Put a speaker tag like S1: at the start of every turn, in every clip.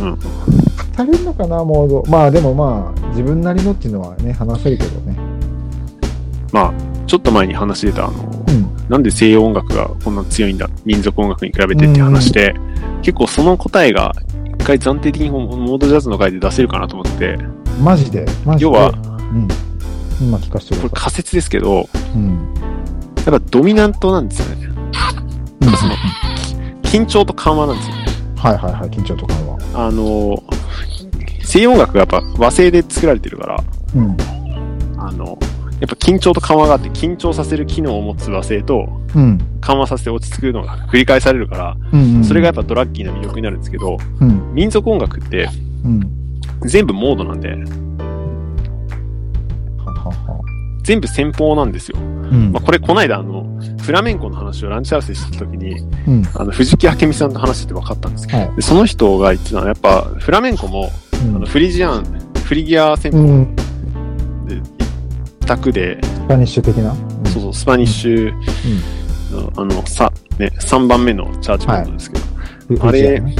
S1: うん
S2: されるのかな、モード。まあでもまあ、自分なりのっていうのはね、話せるけどね。
S1: まあ、ちょっと前に話出た、あの、
S2: うん。
S1: なんで西洋音楽がこんな強いんだ、民族音楽に比べてって話で、結構その答えが、一回暫定的にモードジャズの回で出せるかなと思って、
S2: マジで。マジ
S1: 要
S2: で。
S1: は、
S2: うん。今聞かせて
S1: これ
S2: くださ
S1: 仮説ですけど、
S2: い。うん。
S1: やっぱドミナントなんですよね。
S2: うん
S1: その緊張と緩和なんですよね。
S2: はいはいはい、緊張と緩和。
S1: あの、西洋音楽がやっぱ和製で作られてるから、
S2: うん。
S1: あの、やっぱ緊張と緩和があって、緊張させる機能を持つ和製と、
S2: うん。
S1: 緩和させて落ち着くのが繰り返されるから、
S2: うん、うん。
S1: それがやっぱドラッキーな魅力になるんですけど、
S2: うん。
S1: 民族音楽って
S2: うん。
S1: 全部モードなんで、
S2: ははは。
S1: 全部戦法なんですよ。
S2: うん
S1: まあ、これ、こないだ、あの、フラメンコの話をランチ合わせした時に、
S2: うん。
S1: あの、藤木明美さんと話してて分かったんですけ
S2: はい
S1: ど、。でその人が言ってたのは、やっぱ、フラメンコも、
S2: う
S1: あ
S2: ん
S1: の、フリジアン、フリギア戦
S2: う
S1: 法
S2: ん。
S1: で、一択で、
S2: スパニッシュ的な。うん
S1: そうそう、スパニッシュの、あの、さ、ね、3番目のチャージモードですけど、
S2: う
S1: あれ
S2: うちだね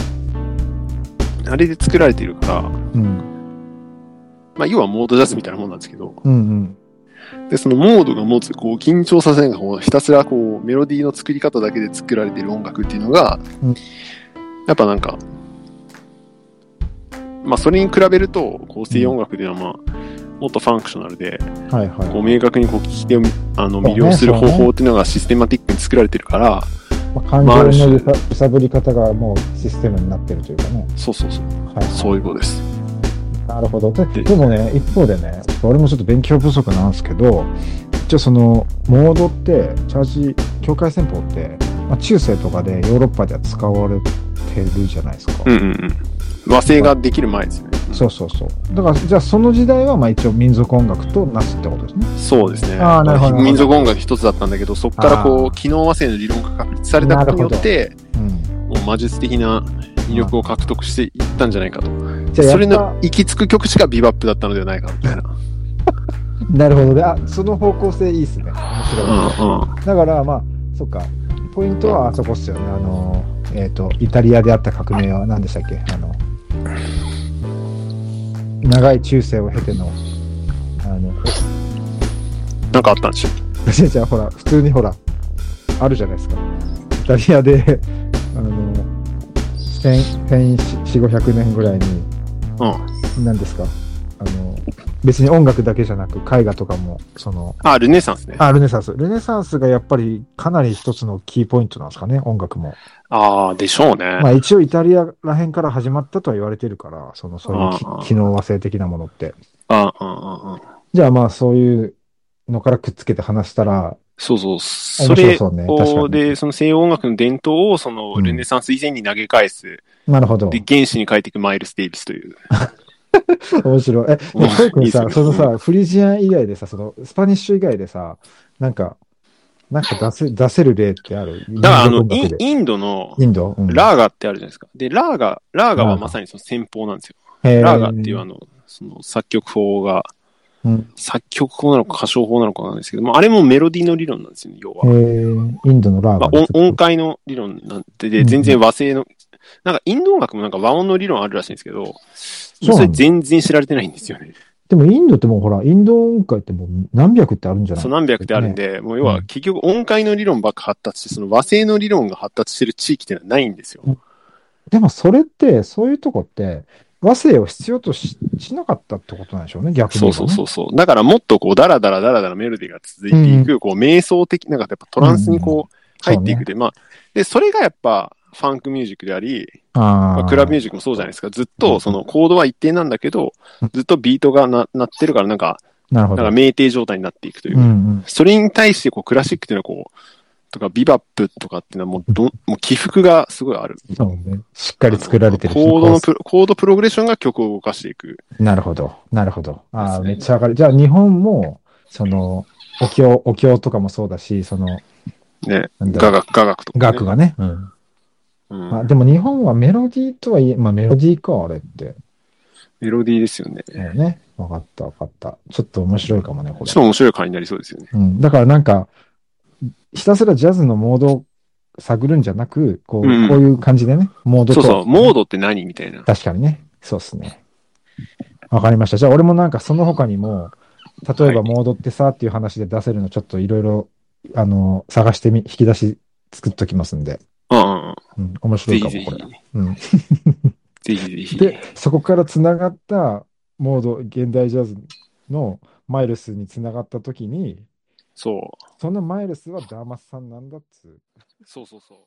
S1: あれで作られているから、
S2: うん。
S1: まあ、要はモードジャズみたいなもんなんですけど、
S2: うんうん。
S1: で、そのモードが持つ、こう、緊張させないが、こうひたすら、こう、メロディーの作り方だけで作られている音楽っていうのが、
S2: うん
S1: やっぱなんか、まあ、それに比べると、こう、西洋音楽では、まあ、もっとファンクショナルで、
S2: はいはい。
S1: こう、明確に、こう、聞き手を、あの、
S2: うね
S1: 魅了する
S2: そう
S1: 方
S2: ね
S1: 法っていうのがシステマティックに作られてるから、
S2: まあ感
S1: まああ
S2: 情
S1: る種
S2: の揺さ揺さぶり方がもうシステムになってるというかね。
S1: そうそうそう、
S2: はいはい、
S1: そういうことです。
S2: なるほどで。
S1: で
S2: でもね、一方でね、俺もちょっと勉強不足なんですけど、一応その、モードって、チャージ、境界戦法って、まあ、中世とかでヨーロッパでは使われてるじゃないですか。
S1: うんうんうん。和製ができる前ですよね。うん
S2: そうそうそう。だから、じゃあその時代はまあ一応民族音楽となすってことですね。
S1: そうですね。
S2: あーなるほど
S1: 民族音楽一つだったんだけど、そこからこ
S2: あ
S1: う、機能和製の理論が確立されたことによって、
S2: うん。
S1: もう魔術的な魅力を獲得していったんじゃないかと。
S2: じゃあや
S1: それ
S2: っ
S1: の
S2: ぱ、
S1: 行き着く曲しかビバップだったのではないかみたいな。
S2: なるほどで、あ、その方向性いいっすね。面白
S1: う
S2: い。
S1: んうん。
S2: だからまあそっかポイントはあそこっすよねあのえっ、とイタリアであった革命は何でしたっけあの長い中世を経てのあの
S1: なんかあったんでしょ
S2: じゃあじゃあほら普通にほらあるじゃないですかイタリアであの1400年ぐらいに
S1: うん。
S2: 何ですかあの別に音楽だけじゃなく絵画とかもその
S1: あ、ルネサンスね。
S2: あルネサンスルネサンスがやっぱりかなり一つのキーポイントなんですかね音楽も
S1: ああ、でしょうね
S2: ま。あ一応イタリアら辺から始まったとは言われてるから、そのそういう
S1: ああ
S2: き機能和性的なものって。
S1: あうんうんうん。
S2: じゃあまあそういうのからくっつけて話したら、
S1: そうそう。そ
S2: 面白
S1: れ
S2: そうね
S1: を
S2: 確かに
S1: で、その西洋音楽の伝統を、その、
S2: うん
S1: ルネサンス以前に投げ返す。
S2: なるほど
S1: で、。原始に変えていくマイルス・デイビスという。
S2: 面白い。え、で
S1: うん
S2: もトイ君
S1: いい
S2: さ
S1: っ、す
S2: そ
S1: よ
S2: のさ、フリジアン以外でさ、そのスパニッシュ以外でさ、なんか、なんか出せ、出せる例ってある
S1: だから、あの
S2: 民、族
S1: イン
S2: 音楽で
S1: インドの、
S2: インドうん
S1: ラーガってあるじゃないですか。で、ラーガ、ラーガ
S2: ラー
S1: は
S2: ガ
S1: まさにその戦法なんですよ。
S2: へ
S1: ラーガっていうあの、その作曲法が、
S2: うん
S1: 作曲法なのか歌唱法なのかなんですけども、あれもメロディーの理論なんですよね、要
S2: へ
S1: は。
S2: ーインドのラ
S1: ま
S2: ーガ
S1: あ、
S2: で
S1: 音
S2: す。
S1: 音階の理論なんて
S2: うんう
S1: で、
S2: ん
S1: 全然和製の、なんかインド音楽もなんか和音の理論あるらしいんですけど、
S2: うなんだ
S1: それ全然知られてないんですよね。
S2: でもインドってもうほら、インド音階ってもう何百ってあるんじゃない
S1: そう何百ってあるんで、もう要は結局音階の理論ばっか発達して、その和製の理論が発達してる地域ってのはないんですよ。
S2: でもそれって、そういうとこって、和声を必要とししなかったってことなんでしょうね、逆に、
S1: そうそうそうそう。だからもっとこう、ダラダラダラダラメロディーが続いていく、こう、瞑想的な、なんかやっぱトランスにこう、入っていくで、まあ、で、それがやっぱ、ファンクミュージックであり、
S2: う。あ
S1: ま
S2: あ。
S1: あ、クラブミュージックもそうじゃないですか。ずっと、その、コードは一定なんだけど
S2: うん、
S1: ずっとビートがな、なってるから、なんか、
S2: なる
S1: な
S2: ほ
S1: ん
S2: ど。
S1: か、
S2: う
S1: 酩酊状態になっていくとい
S2: んう
S1: う。
S2: ん。
S1: それに対して、こう、クラシックっていうのはこう、とか、ビバップとかっていうのはもう、どん、もう起伏がすごいある。
S2: そうね。しっかり作られてるし
S1: コードのプロ、コードプログレッションが曲を動かしていく。
S2: なるほど。なるほど。ああ、
S1: ですね
S2: めっちゃわかる。じゃあ日本も、その、お経、お経とかもそうだし、その、
S1: ね。
S2: なんだ
S1: 雅
S2: ろう
S1: 楽、雅楽とか、ね。
S2: 楽がね。うん。
S1: うん
S2: まあでも日本はメロディーとはいえ、まあメロディーか、あれって。
S1: メロディーですよね。
S2: もうね。わかった、わかった。ちょっと面白いかもね、こ
S1: ちょ
S2: れ
S1: っ。と面白い回になりそうですよね。
S2: うん、だからなんか、ひたすらジャズのモード探るんじゃなく、こう、
S1: うん
S2: こういう感じでね、モード
S1: そ
S2: と。
S1: うそう、モードって何みたいな。
S2: 確かにね。そうですね。わかりました。じゃあ俺もなんかその他にも、例えば
S1: はい
S2: モードってさっていう話で出せるのちょっといろいろ、あの、探してみ、引き出し作っときますんで。
S1: うんうんうん。
S2: うん、面白
S1: ぜ
S2: いか
S1: ひ
S2: も、
S1: ぜひ
S2: これ。。うん。
S1: ぜひぜひ。
S2: で、そこから繋がったモード、現代ジャズのマイルスに繋がった時に、
S1: そう。
S2: そのマイルスはダーマスさんなんだっつう
S1: そうそうそう。